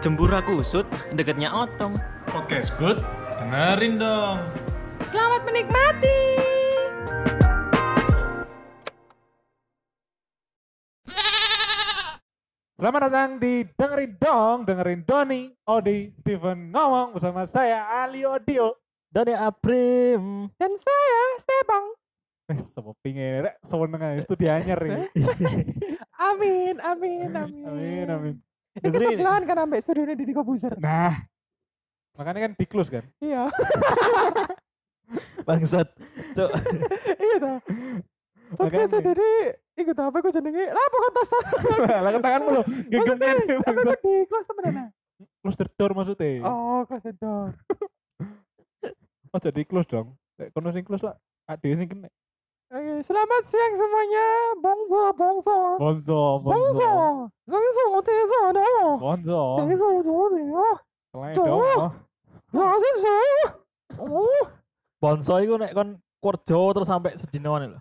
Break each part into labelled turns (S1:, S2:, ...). S1: Jembura kusut, deketnya otong.
S2: Podcast good, dengerin dong.
S3: Selamat menikmati.
S4: Selamat datang di Dengerin Dong, Dengerin Doni, Odi, Steven ngomong bersama saya Ali Odio.
S1: Doni Abrim.
S3: Dan saya Stebang.
S4: Eh, sopo pingin, rek, sopo nengah, itu dianyar ini.
S3: Eh? Amin, amin, amin.
S4: Amin, amin.
S3: Ini sebelahan kan ambek studionya Didi Kobuzer.
S4: Nah, makanya kan diklus kan?
S3: Iya.
S1: Bangsat. Cuk,
S3: iya ta. Podcast
S4: Makanya.
S3: Didi ikut apa aku jenenge? Lah pokok tos.
S4: Lah tangan mulu,
S3: Maksudnya,
S4: gegemnya nih,
S3: Aku
S4: bangsa.
S3: di close temenan. ah?
S4: Close the door maksudnya.
S3: Oh, close the door.
S4: Oh, jadi close dong. Lek kono sing close lah, ade sing kena.
S3: Oke, selamat siang semuanya. Bongso, bongso.
S4: Bonzo,
S3: Bongso.
S4: bonzo.
S3: Bongso, teso, no.
S4: Bonzo.
S3: Teso, so, teso.
S4: Selain
S3: Tuh.
S4: dong. oh.
S3: Langsung so. Oh,
S1: Bonso iku nek kon kerja terus sampai sedinoan lho.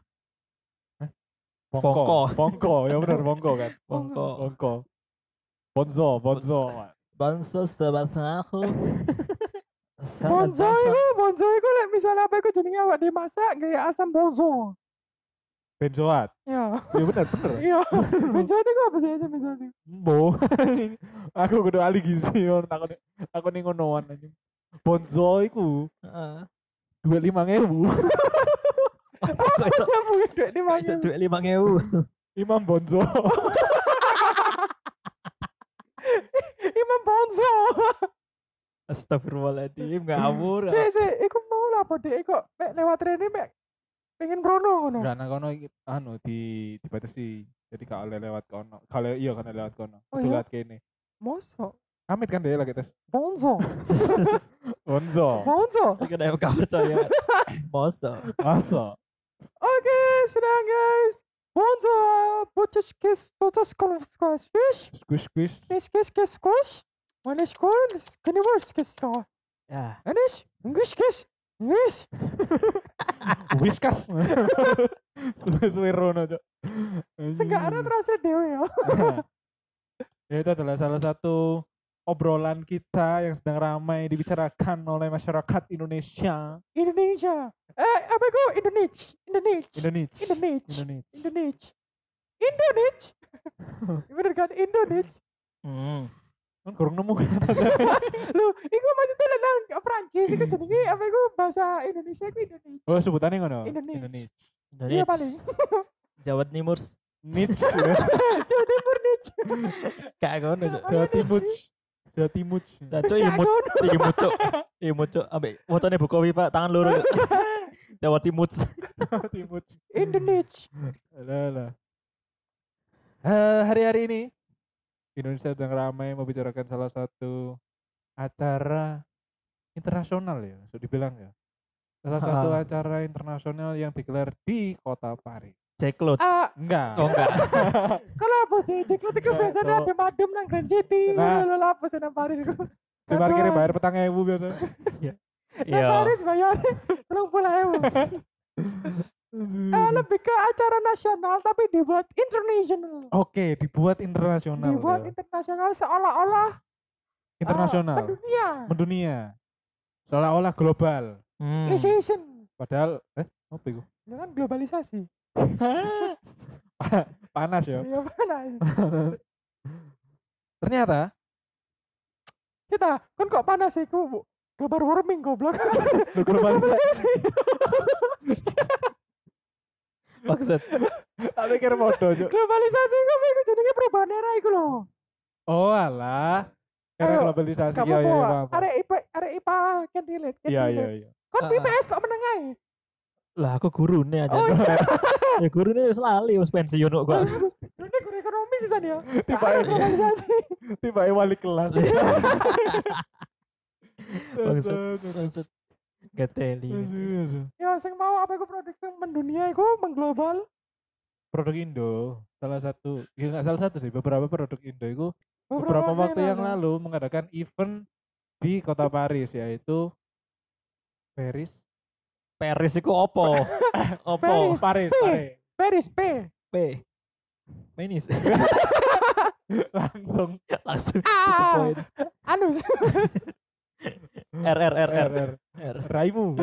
S4: Bongko. Bongko, ya benar bongko kan.
S1: Bongko.
S4: Bongko. Bonzo, bonzo.
S1: Bonso sahabat aku.
S3: bonzo iku, bonzo iku lek misalnya apa iku jenenge awak dhewe masak gaya asam bonzo.
S4: Benzoat.
S3: Ya.
S4: Ya benar, benar.
S3: Iya, mencoba itu apa sih aja misalnya?
S4: Mbo. aku kudu ahli gizi orang aku ni- aku ning ngonoan anjing. Bonzo iku
S1: Heeh.
S4: 25.000.
S1: Kok iso-
S3: Ya mungkin duit di
S1: kok iso
S3: mana?
S1: duit 5000.
S4: Imam Bonzo.
S3: Imam Bonzo.
S1: Astagfirullahaladzim, ngawur.
S3: Cek sih, iku mau lah pode iku mek lewat rene mek pengen brono ngono.
S4: Enggak nang kono iki anu di dibatasi. Jadi gak oleh lewat kono. Kalau iya kan lewat kono.
S3: Oh,
S4: Kudu
S3: iya?
S4: lewat kene.
S3: Moso.
S4: Amit kan dia lagi tes.
S3: Bonzo.
S4: Bonzo.
S3: Bonzo.
S1: Iku nek gak percaya. Bonso.
S4: Masa.
S3: Oke, sedang guys. Bonzo. Botus kes botus kolus kolus fish.
S4: Squish squish.
S3: Kes kes kes kos. Manis kol. Kini wors kes ko.
S1: Ya,
S3: Anis. Ngus kes. Ngus.
S4: Whiskas. Suwe-suwe rono, Cok.
S3: Sekarang
S1: Hmm.
S4: Anjing.
S3: terasa dewe ya.
S4: Nah, ya itu adalah salah satu obrolan kita yang sedang ramai dibicarakan oleh masyarakat Indonesia.
S3: Indonesia. Eh, apa iku Indonesia? Indonesia.
S4: Indonesia.
S3: Indonesia.
S4: Indonesia.
S3: Indonesia. Indonesia. Bener kan? Indonesia.
S1: Hmm.
S4: Kan kurang nemu.
S3: Lu, iku maksudnya tentang Prancis iku jenenge apa iku bahasa Indonesia iku Indonesia.
S4: Oh sebutannya ngono.
S3: Indonesia.
S4: Indonesia.
S3: Iya paling.
S1: Jawa Timur
S4: Nits.
S3: Jawa Timur Nietzsche.
S1: gak ngono. Cuk.
S4: Jawa Timur. Jawa Timur.
S1: Lah cuk
S4: iya,
S1: iya
S3: Gak
S1: imut
S3: ngono.
S1: imut cuk. Imut cuk ambek fotone Bukowi Pak, tangan loro. Cuk. Jawa Timur.
S4: Jawa Timur.
S3: Indonesia.
S4: Alah, alah. Eh, hari-hari ini Indonesia sedang ramai membicarakan salah satu acara internasional ya, bisa dibilang ya. Salah satu
S1: Ha.
S4: acara internasional yang digelar di kota Paris.
S1: Ceklot.
S3: Ah,
S4: Enggak.
S1: Oh enggak.
S3: kalau apa sih? Jack Lot iku
S4: Nah,
S3: biasanya
S4: kalau-
S3: ada madem nang Grand City.
S4: Nah.
S3: Lalu apa sih nang Paris iku?
S4: Di parkirnya bayar petang ewu biasa.
S3: Nang
S1: Iya.
S3: Paris bayar 30.000. Eh, lebih ke acara nasional tapi dibuat internasional.
S4: Oke, dibuat internasional.
S3: dibuat
S4: ya.
S3: internasional seolah-olah ah,
S4: internasional,
S3: mendunia
S4: Hmm. mendunia. Seolah-olah global.
S1: Hmm.
S3: globalisation
S4: Padahal eh apa itu?
S3: Ini kan globalisasi
S4: Panas ya.
S3: ya mana
S4: Ternyata
S3: kita kan kok panas sih ku Bu? global warming goblok
S4: globalisasi
S1: Maksud
S4: tak pikir bodoh, Cuk.
S3: globalisasi ku iku jenenge perubahan era iku lho
S4: Oh alah. Karena
S3: Ayo,
S4: globalisasi
S3: kamu
S4: ya ya
S3: apa
S4: ya, apa.
S3: arek ipa arek ipa can kan relate can
S4: Iya iya
S3: relate.
S4: iya.
S3: kan
S1: Ah, ah.
S3: BTS kok menengai
S1: lah aku gurune aja.
S3: Oh,
S1: ya gurune wis lali wis pensiun kok gua.
S3: ini guru ekonomi sih tadi ya
S4: Tiba
S3: Ada globalisasi
S4: tiba wali kelas.
S1: Bangsat. Iya. Maksud Geteli.
S3: ya sing mau apa iku produk sing mendunia iku mengglobal
S4: Produk Indo salah satu, ya nggak salah satu sih, beberapa produk Indo itu beberapa waktu yang lalu mengadakan event di kota Paris yaitu Paris
S1: Paris iku opo? opo?
S3: Paris.
S4: Paris
S3: P.
S4: Paris
S3: Paris P
S1: P. Penis.
S4: langsung
S1: Langsung.
S3: Ah, Anu,
S1: point.
S3: Anus.
S1: R R R R
S4: R.
S1: R.
S4: Raimu.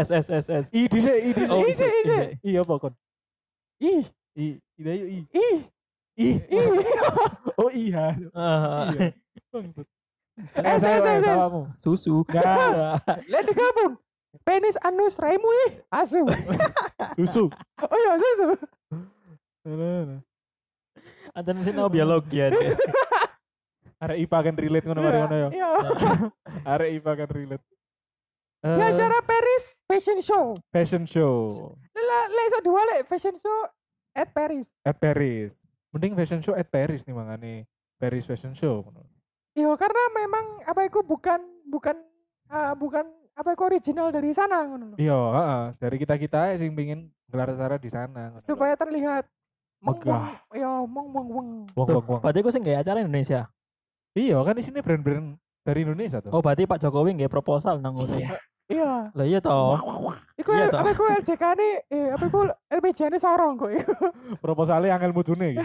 S1: S S S S.
S4: I di I di
S1: Oh,
S3: Isi, isi.
S1: isi.
S4: I apa kon?
S3: Ih,
S4: I I dayu I.
S3: ih,
S4: I.
S3: ih.
S4: Oh iya.
S1: Ah,
S4: Iya.
S3: Eh,
S4: Eh
S3: saya,
S4: saya
S3: saya, saya.
S4: salamu.
S1: Susu.
S4: Enggak.
S3: Lihat digabung. Penis, anus, raimu, ih. Asu.
S4: Susu.
S3: Oh iya, susu.
S1: Anten sih no biologi ya.
S4: Arek IPA kan relate ngono mari ngono ya.
S3: Iya.
S4: Arek IPA kan relate.
S3: Di
S4: Eh,
S3: acara Paris Fashion Show.
S4: fashion show
S3: Lah, lah iso diwalek fashion show at Paris.
S4: at Paris. Mending fashion show at Paris nih mangane. Paris fashion show. ngono.
S3: Iya, karena memang apa itu bukan bukan ah, bukan apa itu original dari sana ngono lho.
S4: Iya, heeh. dari kita-kita sing pengin gelar acara di sana. ngono lho.
S3: Supaya terlihat meng-
S4: Megah.
S3: meng- Iya, mong mong mong.
S4: Wong, wong, wong.
S1: Berarti gue sih nggak acara Indonesia.
S4: Iya kan di sini brand-brand dari Indonesia tuh.
S1: Oh berarti Pak Jokowi nggak proposal nang ngono.
S3: Iya.
S1: Lah iya toh.
S3: Iku
S1: Iya,
S3: L-
S1: toh.
S3: apa iku LJK ini, eh, apa iku LPJ ini sorong kok. Iya, iku.
S4: proposalnya angel mutune iki.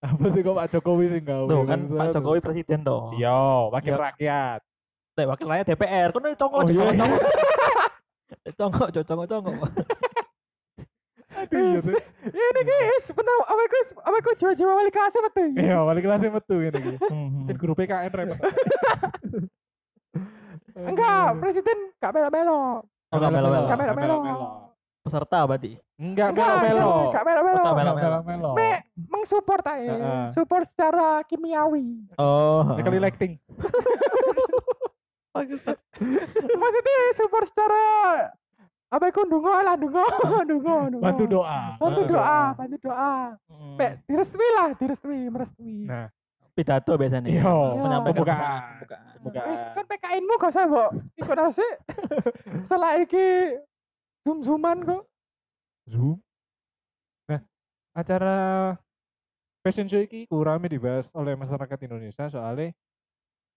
S4: Apa sih kok Pak Jokowi sih gawe?
S1: Tuh kan
S3: iya,
S4: bangsa
S1: Pak
S4: tuh.
S1: Jokowi presiden toh.
S4: Iya, wakil
S1: Iya.
S4: rakyat.
S1: Teh wakil rakyat DPR. Kono congok
S4: Oh,
S1: congok
S4: iya.
S1: congok. Congok congok congok congok.
S4: Aduh, iya
S3: Is-
S4: tuh.
S3: Ini guys, benar apa iku apa iku Jawa-Jawa wali kasih metu.
S4: Iya, wali kelasnya metu ngene iki.
S1: Mhm.
S4: Cek grup E PKN repot.
S3: Enggak, presiden gak melo-melo.
S1: Oh, gak melo-melo.
S3: Gak melo-melo.
S1: Peserta berarti.
S4: Enggak
S3: Enggak,
S4: melo-melo.
S3: jangan, Gak melo-melo.
S1: Oh, gak
S4: Enggak
S1: melo-melo.
S4: melo-melo.
S3: Me mensupport ae.
S4: Heeh.
S3: Support secara kimiawi.
S1: Oh.
S4: Sekali lighting.
S3: Maksudnya support secara apa iku ndonga lah ndonga, ndonga, ndonga.
S4: Bantu doa. Hmm.
S3: Bantu
S1: Bantu
S3: doa, bantu doa.
S1: Hmm.
S3: Mek direstui lah, direstui, merestui.
S4: Nah,
S1: Pidato biasanya.
S4: Iya.
S1: Menyampaikan
S4: Pembukaan.
S1: pesan. Pembukaan.
S4: bukan.
S3: Wis kan PKN-mu gak usah mbok ikut nasi. Setelah iki zoom-zooman kok.
S4: Zoom. Nah, acara fashion show ini kurang dibahas oleh masyarakat Indonesia soalnya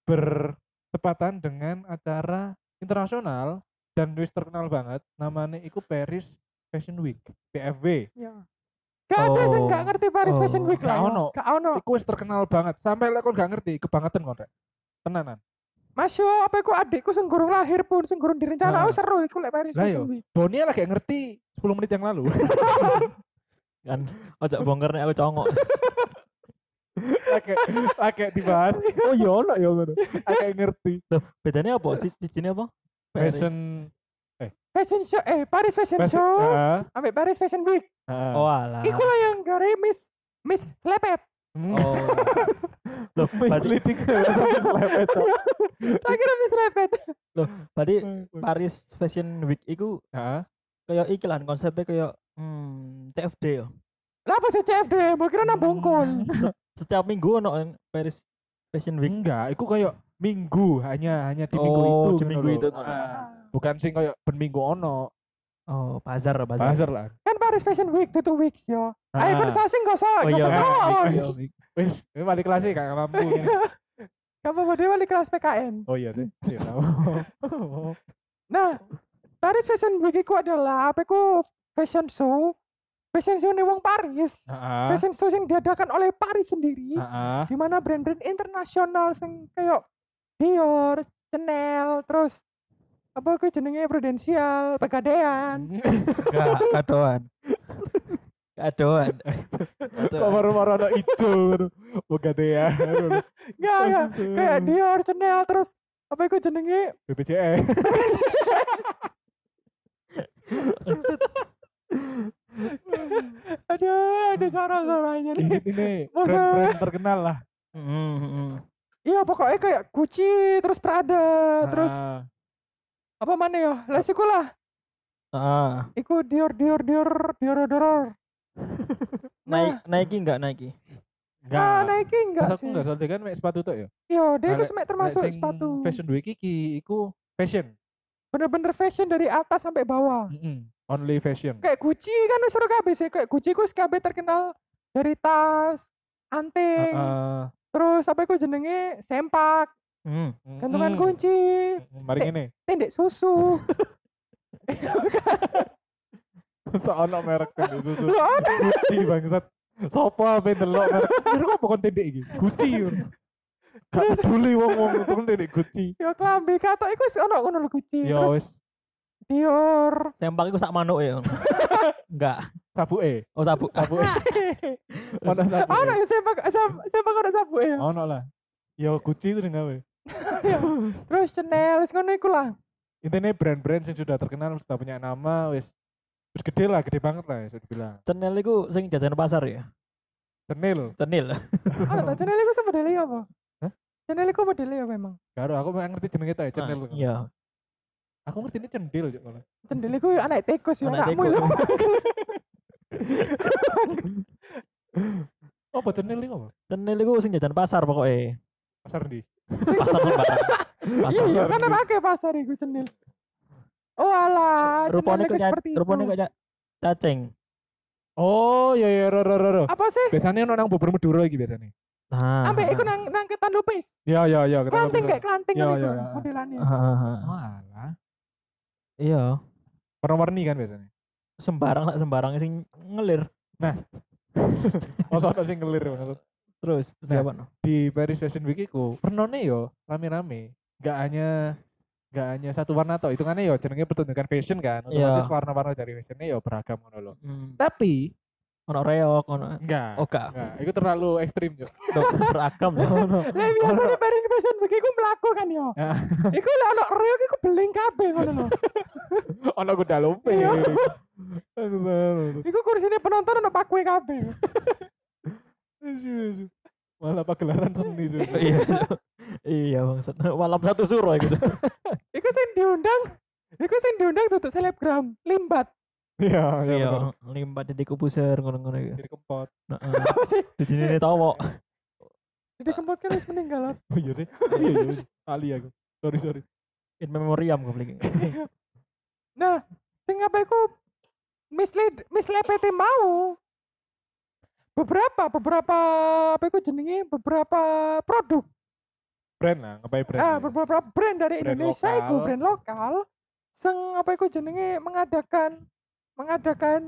S4: bertepatan dengan acara internasional dan wis terkenal banget namanya iku Paris Fashion Week PFW
S3: Ya. Gak ada sing
S1: Oh.
S3: gak ngerti Paris Fashion
S1: Oh.
S3: Week
S4: Gak
S3: lah. ya.
S4: ono.
S3: Gak ono.
S4: iku wis terkenal banget sampai lek kon gak ngerti kebangetan kon rek tenanan
S3: Mas yo apa iku adikku sing gurung lahir pun sing gurung direncana
S4: Heeh.
S3: oh seru iku lek Paris
S4: Lah
S3: Fashion
S4: yo.
S3: Week.
S4: Bonia lagi ngerti 10 menit yang lalu
S1: Kan ojok bongkar nek aku congok.
S4: lagi lagi dibahas oh yo ono yo ngono lagi ngerti
S1: Bedanya apa sih cincinnya apa? Paris.
S4: fashion
S3: Fashion show eh Paris Fashion
S4: fashion Ah,
S3: Show
S4: heeh,
S3: ambek Paris Fashion Week.
S4: heeh.
S1: Oh alah.
S3: Iku lah yang gare Miss Miss Slepet.
S4: Hmm.
S1: Oh. Loh, berarti,
S4: misleading sampai selepet Cok.
S3: Tak kira Miss Slepet.
S1: berarti Paris Fashion Week iku
S4: Heeh.
S1: kayak iklan konsepnya kayak hmm, CFD yo.
S3: Lah apa sih CFD? Mbok kira nang bongkol.
S1: Setiap minggu ono kan Paris Fashion Week.
S4: enggak iku kayak minggu hanya hanya di minggu
S1: Oh,
S4: itu
S1: di
S4: ngono
S1: minggu
S4: lho.
S1: itu.
S4: Heeh. bukan sing kayak ben minggu ono
S1: Oh, bazar bazar.
S4: bazar lah
S3: Kan Paris Fashion Week itu two weeks yo. Ayo kan sasing gak usah,
S1: Oh
S3: gak
S1: iya,
S3: usah
S1: iya,
S3: cowok.
S4: Ah. iya,
S3: Mon.
S4: iya. wis wis balik kelas sih gak mampu ini.
S3: Kamu mau dia wali kelas PKN.
S4: oh iya sih Iya, tahu.
S3: Nah, Paris Fashion Week itu adalah apa iku fashion show. Fashion show nih wong Paris.
S4: Heeh.
S3: Fashion show yang diadakan oleh Paris
S1: iya.
S3: sendiri.
S4: Heeh.
S3: di mana brand-brand internasional sing kayak Dior, Chanel, terus apa ku jenenge Prudential, Pegadaian.
S1: Enggak, kadoan. Kadoan.
S4: kok baru-baru ada ijo
S1: Iya,
S4: ya
S3: Enggak, enggak. Kayak Dior, Chanel, terus apa iku jenenge
S4: BPJS
S3: ada ada suara-suaranya
S4: di
S3: nih.
S4: sini nih
S3: Masa?
S4: brand-brand terkenal lah
S1: Hmm, hmm.
S3: Iya, pokoknya kayak Gucci, terus Prada, terus
S4: Heeh. Ah.
S3: apa mana ya? Lah iku lah.
S1: Ah,
S3: Iku Dior, Dior, Dior, Dior, Dior.
S1: naik naiki enggak naiki?
S4: enggak
S3: Nah, Nike enggak
S4: Pas aku
S3: sih?
S4: enggak soalnya kan mek sepatu tok ya
S3: Iya, dia
S4: Nah,
S3: itu
S4: nek-
S3: semek
S4: Nek
S3: termasuk
S4: sing
S3: sepatu.
S4: Fashion Week iki iku fashion.
S3: Bener-bener fashion dari atas sampai bawah.
S4: Only fashion.
S3: kayak Gucci kan wis seru kabeh sih kayak Gucci ku wis kabeh terkenal dari tas anting
S4: Heeh.
S3: terus apa iku jenenge sempak
S1: Hmm.
S3: gantungan
S4: Mm-mm.
S3: kunci
S4: Mm-mm. Mari ngene.
S3: pendek susu
S4: Soalnya merek tendu susu.
S3: lho
S4: Gucci bangsat. Sopo ape delok. Terus kok kon tindek iki? Gucci. yo. Gak peduli wong-wong kon tindek Gucci.
S3: Yo ya, klambi katok iku wis ono ngono lho Gucci.
S4: Ya
S3: Terus
S4: wis
S3: Dior.
S1: Sempak iku sak manuk ya. Enggak.
S4: sabuke.
S1: Oh sabuk.
S4: Sabuke. Ono ya. Oh. sabuke.
S3: Ono ya? yo sepak sam- sepak ono sabu ya.
S4: Ono lah. Ya Gucci itu gawe.
S3: Terus Chanel wis ngono iku lah.
S4: Intinya brand-brand yang sudah terkenal sudah punya nama wis wis gede lah, gede banget lah ya sudah bilang.
S1: Cenil iku sing jajan pasar ya.
S4: Cenil.
S1: Cenil.
S3: Ono ta Chanel iku sama modele apa?
S4: Hah?
S3: Chanel iku modele ya memang.
S4: Karo aku mek ngerti jenenge ta ya Cenil.
S1: Ah, Iya.
S4: Aku ngerti ini cendil Cok, malah.
S3: Cendel iku anak tikus ya
S1: Anak
S3: anakmu
S1: tikus.
S3: lho.
S4: Apa cenil iki apa?
S1: Cenil iku sing jajan pasar pokoknya.
S4: Pasar ndi?
S1: Pasar lebaran. Pasar.
S3: Iya, kan apa ke pasar iku Chanel. Oh alah, Chanel
S1: Rupane
S3: iku
S1: kok
S3: seperti itu.
S1: rupane kok ca- cacing.
S4: Oh, ya ya ro ro ro. ro.
S3: Apa sih?
S4: Biasanya ono nang bubur Madura iki biasanya.
S1: Nah.
S3: Ambek iku nang nang ketan lupis.
S4: Ya ya ya. ketemu
S3: Klanting
S4: bisa.
S3: kayak klanting
S4: Iya,
S3: ngono
S4: iya,
S3: iku
S4: iya.
S3: modelane.
S1: Ah. Hahaha.
S4: Walah.
S1: Iya.
S4: Warna-warni kan biasanya.
S1: Sembarang lah sembarang sing ngelir.
S4: Masa ono sing ngelir maksud.
S1: Terus terus
S4: Nah.
S1: apa? no?
S4: Di Paris Fashion Week iku penone yo rame-rame. Gak hanya gak hanya satu warna toh. Hitungannya yo jenenge pertunjukan fashion kan.
S1: Iya.
S4: Otomatis warna-warna dari fashionnya yo beragam ngono lho.
S1: Hmm.
S4: Tapi
S1: Ono reok, ono
S4: enggak.
S1: oka.
S4: Enggak, itu terlalu ekstrim, Cok.
S1: Tuh, Beragam tuh.
S3: Lah biasane bareng fashion bagi iku mlaku kan yo.
S4: Ya.
S3: Iku lek ono reog iku beling kabeh ngono lho.
S4: Ono kuda lumping.
S3: Iya.
S4: Aku salah.
S3: Iku kursine penonton ono pakue kabeh.
S4: Asu, asu. Malah pagelaran seni Cok.
S1: Iya. Iya bangsat. Malam satu suro gitu.
S3: Iku sing diundang Iku sing diundang tutup selebgram limbat
S4: Iya, iya. bener.
S1: Iya, limbat jadi kupuser ngono-ngono iku.
S4: Jadi kempot.
S1: Heeh.
S3: apa sih?
S1: Jadi ini tahu
S3: Jadi kempot kan wis meninggal loh.
S4: Oh iya sih. Iya, iya. iya. Ali aku. Sorry, sorry.
S1: in memoriam goblok.
S3: Nah, sing apa iku mislead mislepete mau. Beberapa beberapa apa iku jenenge beberapa produk
S4: Brand lah, ngapain brand?
S3: ah
S4: ya.
S3: beberapa brand dari
S4: Brand
S3: Indonesia iku
S4: lokal.
S3: brand lokal sing apa iku jenenge mengadakan mengadakan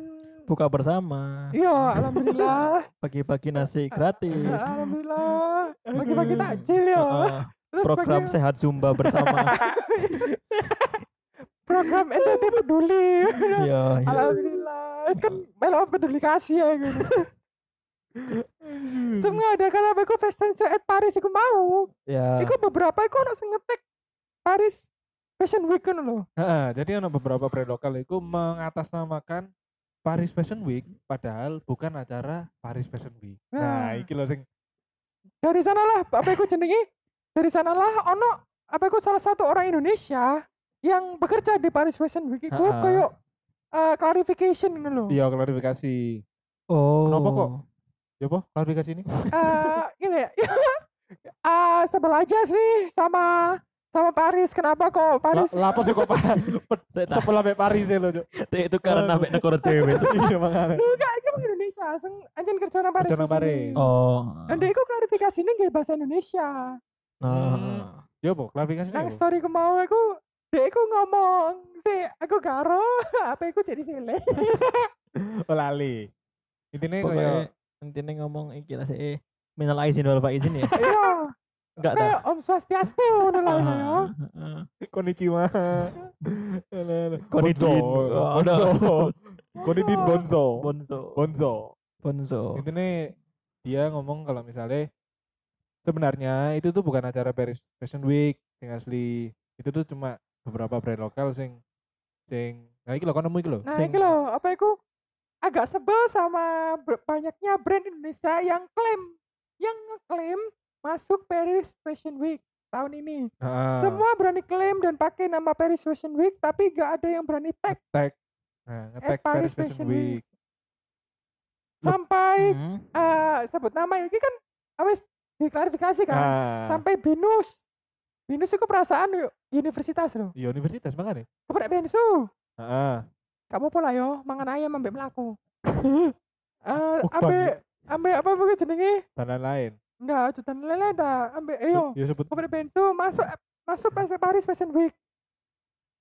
S1: Buka bersama,
S3: Iya, alhamdulillah.
S1: pagi-pagi nasi gratis.
S3: alhamdulillah. Pagi-pagi takjil ya.
S1: Heeh,
S3: Terus
S1: program
S3: pagi-
S1: sehat zumba bersama.
S3: program NTT peduli.
S1: Iya, iya.
S3: alhamdulillah. Itu kan melo peduli kasih ya gitu. Semua ada kan apa iku fashion show at Paris iku mau.
S1: ya.
S3: Iku beberapa iku ono sing ngetik Paris Fashion Week kan lho.
S4: Heeh, jadi ada beberapa brand lokal itu mengatasnamakan Paris Fashion Week padahal bukan acara Paris Fashion Week. Nah,
S3: Nah.
S4: iki lho sing
S3: Dari sanalah apa iku jenenge? Dari sanalah ono apa iku salah satu orang Indonesia yang bekerja di Paris Fashion Week iku
S4: Ha-ha.
S3: koyo eh, clarification ngono lho.
S4: iya klarifikasi.
S1: Oh.
S4: Kenapa kok? Ya apa? Klarifikasi ini?
S3: eh gini ya eh sebel aja sih sama sama Paris kenapa kok Paris
S4: La- Lapo sih kok Pak?
S1: Saya tak
S4: Sebelah mek Paris ya lho, Cuk.
S1: itu karena mek negara dhewe.
S4: Iya, makane.
S3: enggak ini orang Indonesia sing anjen kerja nang Paris
S4: Kerja nang Paris.
S1: Oh.
S3: dan dia klarifikasi ini nggak bahasa Indonesia Hmm.
S1: Nah.
S4: Ya apa? Klarifikasi ini
S3: nang
S1: Iya.
S4: apa?
S3: story ku mau aku dia aku ngomong sih aku garo apa aku jadi sile
S4: Oh, lali. Intinya kayak
S3: Iya,
S1: Pokoknya intinya ngomong iki lah sih. Minal aizin wal faizin ya.
S3: iya
S1: Enggak tahu.
S3: kayak Om Swastiastu ngono lho
S1: Heeh,
S3: ya
S1: heeh.
S4: konnichiwa. Alah, alah.
S1: Konnichiwa. Oh, no.
S4: Bonzo. Konidin
S3: Oh.
S4: Bonzo.
S1: Bonzo.
S4: Bonzo.
S1: Bonzo.
S4: intinya dia ngomong kalau misalnya sebenarnya itu tuh bukan acara Paris Fashion Week sing asli itu tuh cuma beberapa brand lokal sing sing nah iki lho kan nemu iki lho
S3: nah
S1: Sing-
S3: ini loh apa aku agak sebel sama ber- banyaknya brand Indonesia yang klaim yang ngeklaim masuk Paris Fashion Week tahun ini
S1: Ah.
S4: Heeh.
S3: semua berani klaim dan pakai nama Paris Fashion Week tapi gak ada yang berani tag
S4: tag nah ngetag Paris, Fashion Week,
S3: sampai
S1: Hmm.
S3: eh, sebut nama ya ini kan habis diklarifikasi kan
S4: Nah,
S3: sampai binus binus itu perasaan yuk, universitas loh
S4: ya Ah, universitas makanya
S3: kepada bensu
S4: Heeh.
S3: kamu pola yo mangan ayam ambek melaku Eh
S4: Mukbang.
S3: ambek ambek apa begitu jenenge
S4: dan lain-lain
S3: enggak cutan lele dah ambek eh,
S4: Se-
S3: ayo
S4: ya sebut
S3: kepada bensu Uh, masuk masuk pas- Paris Fashion Week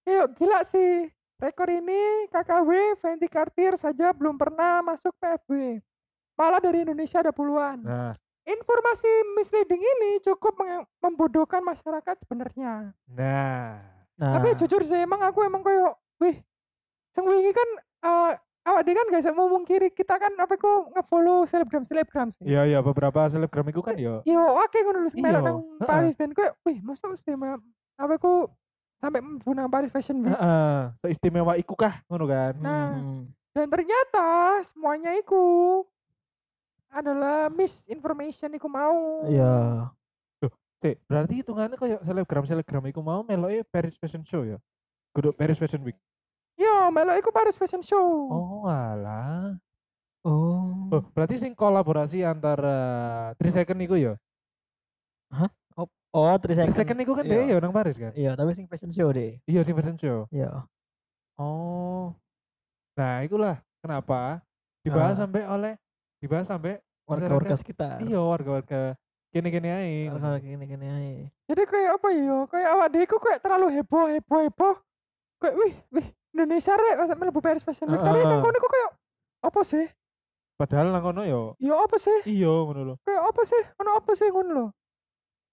S3: Ayo gila sih rekor ini KKW Fenty Cartier saja belum pernah masuk PFW malah dari Indonesia ada puluhan.
S4: Nah,
S3: Informasi misleading ini cukup menge- membodohkan masyarakat sebenarnya.
S4: nah.
S1: Nah,
S3: Tapi ya jujur sih emang aku emang koyo wih. Sing wingi kan eh awak dhewe kan gak mau mungkiri kita kan apa ku ngefollow selebgram selebgram sih.
S4: Iya iya beberapa selebgram itu kan yo.
S3: Yo oke ngono lho sing melok
S4: Iya,
S3: nang
S4: heeh.
S3: Paris dan koyo wih masa mesti ma- apa ku sampai mlebu nang Paris Fashion Week.
S4: Heeh, seistimewa iku kah ngono kan.
S3: Iya. Nah.
S4: Hmm.
S3: Dan ternyata semuanya iku adalah misinformation iku mau.
S1: iya.
S4: Sik, berarti hitungannya kayak selebgram selebgram iku mau meloke Paris Fashion Show ya. Kudu Paris Fashion Week.
S3: Yo Iya, melok iku Paris Fashion Show.
S4: Oh alah.
S1: Oh.
S4: Oh, berarti sing kolaborasi antara 3 Second iku ya.
S1: Oh, 3
S4: 3
S1: second.
S4: Second iku kan dia
S1: Iya.
S4: ya nang Paris kan.
S1: Iya, tapi sing fashion show deh.
S4: Iya sing Fashion Show.
S1: Iya.
S4: Oh. Nah, ikulah kenapa dibahas
S1: Ah.
S4: sampai oleh dibahas sampai
S1: Warga-warga sekitar.
S4: iya warga-warga kene-kene ae.
S1: Warga-warga gini-gini aja.
S3: Jadi kayak apa ya? Kayak awak dhewe iku kayak terlalu heboh heboh heboh. Kayak wih wih Indonesia rek masa mlebu Paris Fashion Week. Tapi
S4: Heeh.
S3: nang kono iku kayak apa sih?
S4: Padahal nang kono yo
S3: Ya apa sih?
S4: iya ngono lho.
S3: Kayak apa sih? Ono apa sih ngono lho?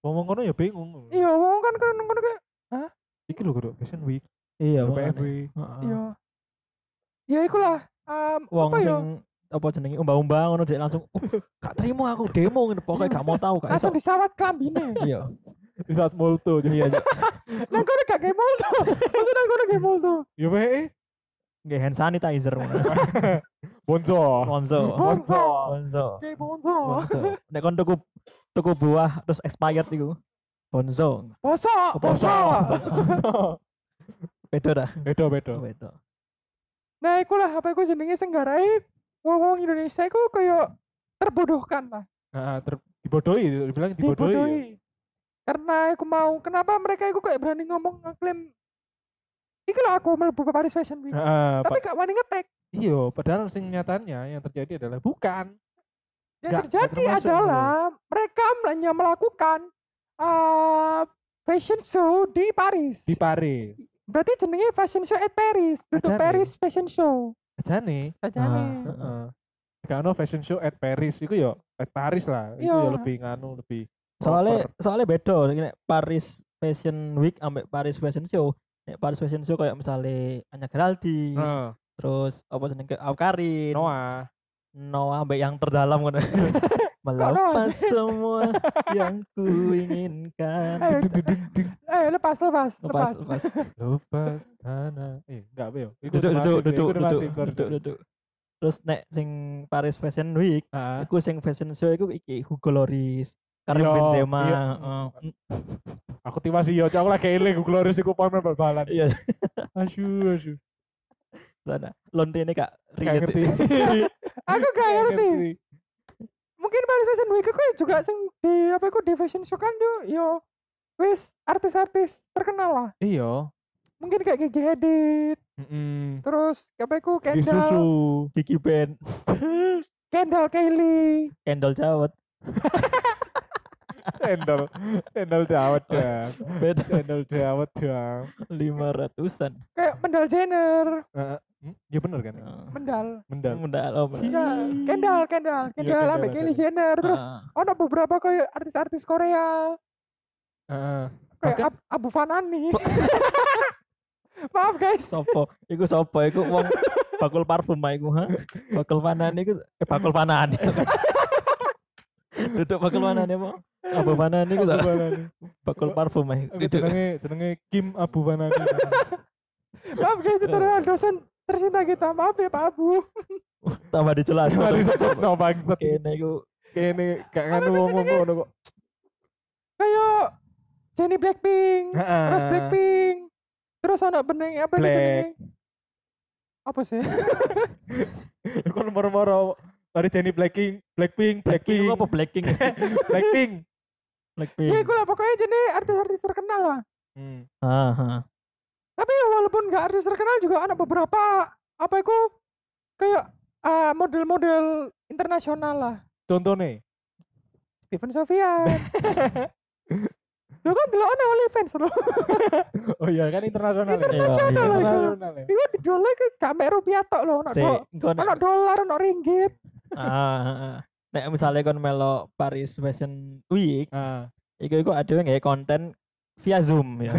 S4: Ngomong kono ya bingung.
S3: Iya, wong kan kan nang kono kayak
S4: Iki lho kudu Fashion Week,
S1: Iya,
S4: kudu
S1: makanya.
S4: PFW.
S1: Heeh.
S3: ya. Ya ikulah um,
S1: Wong
S3: apa ya?
S1: sing apa jenenge umbang-umbang ngono dek langsung "Oh, gak terima aku demo ngene pokoke gak mau tahu gak iso.
S3: Langsung disawat kelambine.
S1: Iya.
S4: Di saat molto jadi.
S1: Iya.
S3: nang kono gak kayak mall tuh. Maksudnya nang kono kayak mall tuh.
S4: Ya wae.
S1: Nggih hand sanitizer ngono.
S4: Bonzo.
S1: Monzo.
S3: Bonzo.
S1: Bonzo.
S3: Kayak bonzo.
S1: Bonzo. Nek kon tuku tuku buah terus expired iku. Bonzo.
S3: Boso, boso.
S1: Beda dah.
S4: Bedo bedo.
S1: Beda.
S3: Nah, ikulah apa iku jenenge sing garai wong-wong Indonesia iku kayak terbodohkan lah.
S4: Nah, ter- dibodohi, dibilang dibodohi. ya.
S3: dibodohi karena aku mau kenapa mereka itu kayak berani ngomong ngeklaim iki lah aku melebu Paris Fashion Week
S4: Heeh,
S3: tapi
S4: pa-
S3: gak wani ngetek
S4: iya, padahal sing nyatanya yang terjadi adalah bukan.
S3: yang
S4: Gak- gak
S3: terjadi
S4: termasuk gitu.
S3: adalah mereka hanya melakukan eh, fashion show di Paris
S4: di Paris.
S3: berarti jenenge fashion show at Paris itu
S4: Ajane.
S3: Paris fashion show
S4: Ajane,
S3: aja nih
S4: heeh. Karena fashion show at Paris itu ya at Paris lah. Itu
S3: Iya.
S4: ya lebih nganu, lebih
S1: Soalnya
S4: proper.
S1: soalnya beda nek Paris Fashion Week ambek Paris Fashion Show. Nek Paris Fashion Show kayak misalnya Anya Geraldi,
S4: Heeh,
S1: terus apa jenenge Awkarin,
S4: Noah.
S1: Noah ambek yang terdalam kan
S3: Noah
S1: melepas semua yang ku inginkan
S3: eh, eh lepas lepas lepas,
S1: lepas lepas
S4: Lepas tanah. Eh, enggak apa ya? Itu
S1: duduk duduk
S4: udah
S1: duduk
S4: masif, itu udah
S1: duduk
S4: masif, sorry,
S1: duduk
S4: sorry.
S1: duduk terus nek sing Paris Fashion Week
S4: Ah,
S1: aku sing fashion show aku iki Hugo Loris Karim
S4: Iya,
S1: Benzema
S4: iya.
S1: heeh.
S4: aku tiba sih yo, aku lagi eling gue glorious iku pemain bal-balan.
S1: iya
S4: Asyuh, asyuh.
S1: sana lontene kak
S4: Kayak ngerti.
S1: ringet
S3: aku gak
S4: Nggak
S3: ngerti mungkin Paris Fashion Week aku juga sing di apa aku di fashion show kan yo yo wis artis-artis terkenal lah
S4: Iya.
S3: mungkin kayak Gigi Hadid
S4: Heeh.
S3: terus apa aku
S4: Di susu.
S3: Kendall
S1: Gigi Ben
S3: Kendall Kylie
S1: Kendall Jawat
S4: Cendol. Cendol dawet dong.
S1: beda
S4: Cendol dawet dong.
S1: lima ratusan
S3: kayak Kendall Jenner
S4: Eh, hmm, Ya bener kan?
S3: Mendal
S4: Mendal.
S1: Mendal, oh, mendal.
S3: Enggak, Kendall Kendall Kendall
S4: Iya, Kendall
S3: sampai
S4: aja.
S3: Kylie Jenner terus
S1: Ah.
S3: ono beberapa kayak artis-artis Korea
S4: Heeh.
S3: kayak
S4: Bahkan-
S3: Ab- Abu Fanani maaf guys
S1: sopo iku sopo iku wong bakul parfum mah iku ha bakul panan iku eh, bakul panan duduk bakul panan ya mau apa panan iku
S4: Abu
S1: sak-
S4: Fanani.
S1: bakul parfum mah
S4: Aku Eh, jenenge jenenge Kim Abu Fanani.
S3: maaf guys itu
S4: Eh.
S3: adalah dosen tercinta kita maaf ya Pak Abu
S1: tambah dijelas
S4: Mari sosok no bangsat.
S1: kene iku
S4: Kene gak nganu ngomong ngono kok.
S3: kayak Jennie Blackpink
S4: Heeh.
S3: terus Blackpink terus anak bening
S4: Ah.
S3: apa itu
S4: Black.
S3: jenenge apa sih
S4: Kon moro-moro Tadi Jenny Blackpink,
S1: Blackpink
S4: Blackpink, Blackpink,
S1: iku apa Blackpink ya?
S4: Blackpink.
S1: Blackpink
S3: ya iku lah pokoknya jenis artis-artis terkenal lah
S4: Hmm.
S1: Ah, ah.
S3: tapi ya walaupun nggak artis terkenal juga anak beberapa apa itu kayak ah, model-model internasional lah
S4: Contohnya,
S3: Steven Sofian lo kan dulu anak OnlyFans loh
S4: oh iya kan internasional
S1: Iya,
S4: ya.
S1: iya.
S3: lah.
S4: Internasional ya.
S3: itu di dolar kan gak sampai rupiah tok loh anak
S1: Sik,
S3: do-
S1: engko nek-
S3: anak dolar anak ringgit
S1: Ah, ah, ah. nek misalnya kon melo Paris Fashion Week,
S4: Ah.
S1: iku iku ada yang nggak ya, konten via Zoom ya.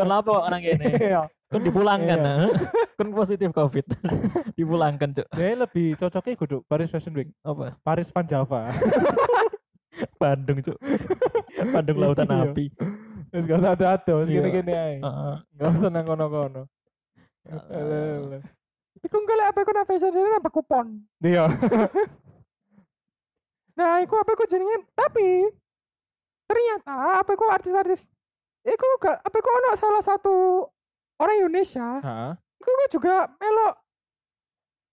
S1: Kenapa orang ini?
S4: Iya.
S1: Kon dipulangkan,
S4: Iya.
S1: ah. kon positif COVID, dipulangkan cuk.
S4: Jadi lebih cocoknya kudu Paris Fashion Week,
S1: Apa?
S4: Paris Van Java.
S1: Bandung cuk, Bandung lautan
S4: Iya.
S1: api.
S4: Terus gak usah ada-ada, terus
S1: Iya.
S4: gini-gini aja.
S1: Heeh.
S4: Gak usah nang kono-kono. Alah, alah.
S3: Iku golek apa iku nang fashion designer apa kupon.
S4: Iya.
S3: Nah, iku apa iku jenenge tapi ternyata apa iku artis-artis iku gak apa iku ono salah satu orang Indonesia,
S4: Heeh.
S3: iku iku juga melo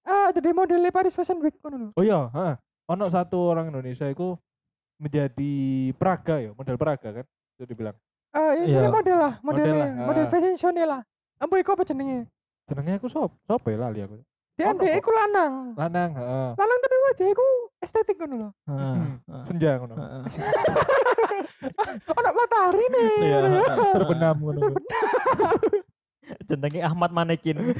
S3: eh jadi modelnya Paris Fashion Week ngono lho.
S4: Oh iya, heeh. Ono satu orang Indonesia itu menjadi Praga ya, model Praga kan. Itu dibilang.
S3: Eh ini
S1: Iya.
S3: model lah, model,
S4: Model lah,
S3: model
S4: ah.
S3: fashion show lah. Ambo iku apa jenenge?
S4: Jenenge aku sop, sop ya lali aku.
S3: Dia
S4: Ono
S3: dia
S4: kok.
S3: iku lanang.
S4: Lanang, heeh.
S3: Lanang tapi wajah iku estetik ngono lho.
S1: Heeh, heeh,
S4: Senja ngono.
S1: heeh.
S3: Ono matahari nih.
S1: Iya,
S3: ngono ya.
S1: heeh.
S4: Terbenam ngono.
S1: jenenge Ahmad Manekin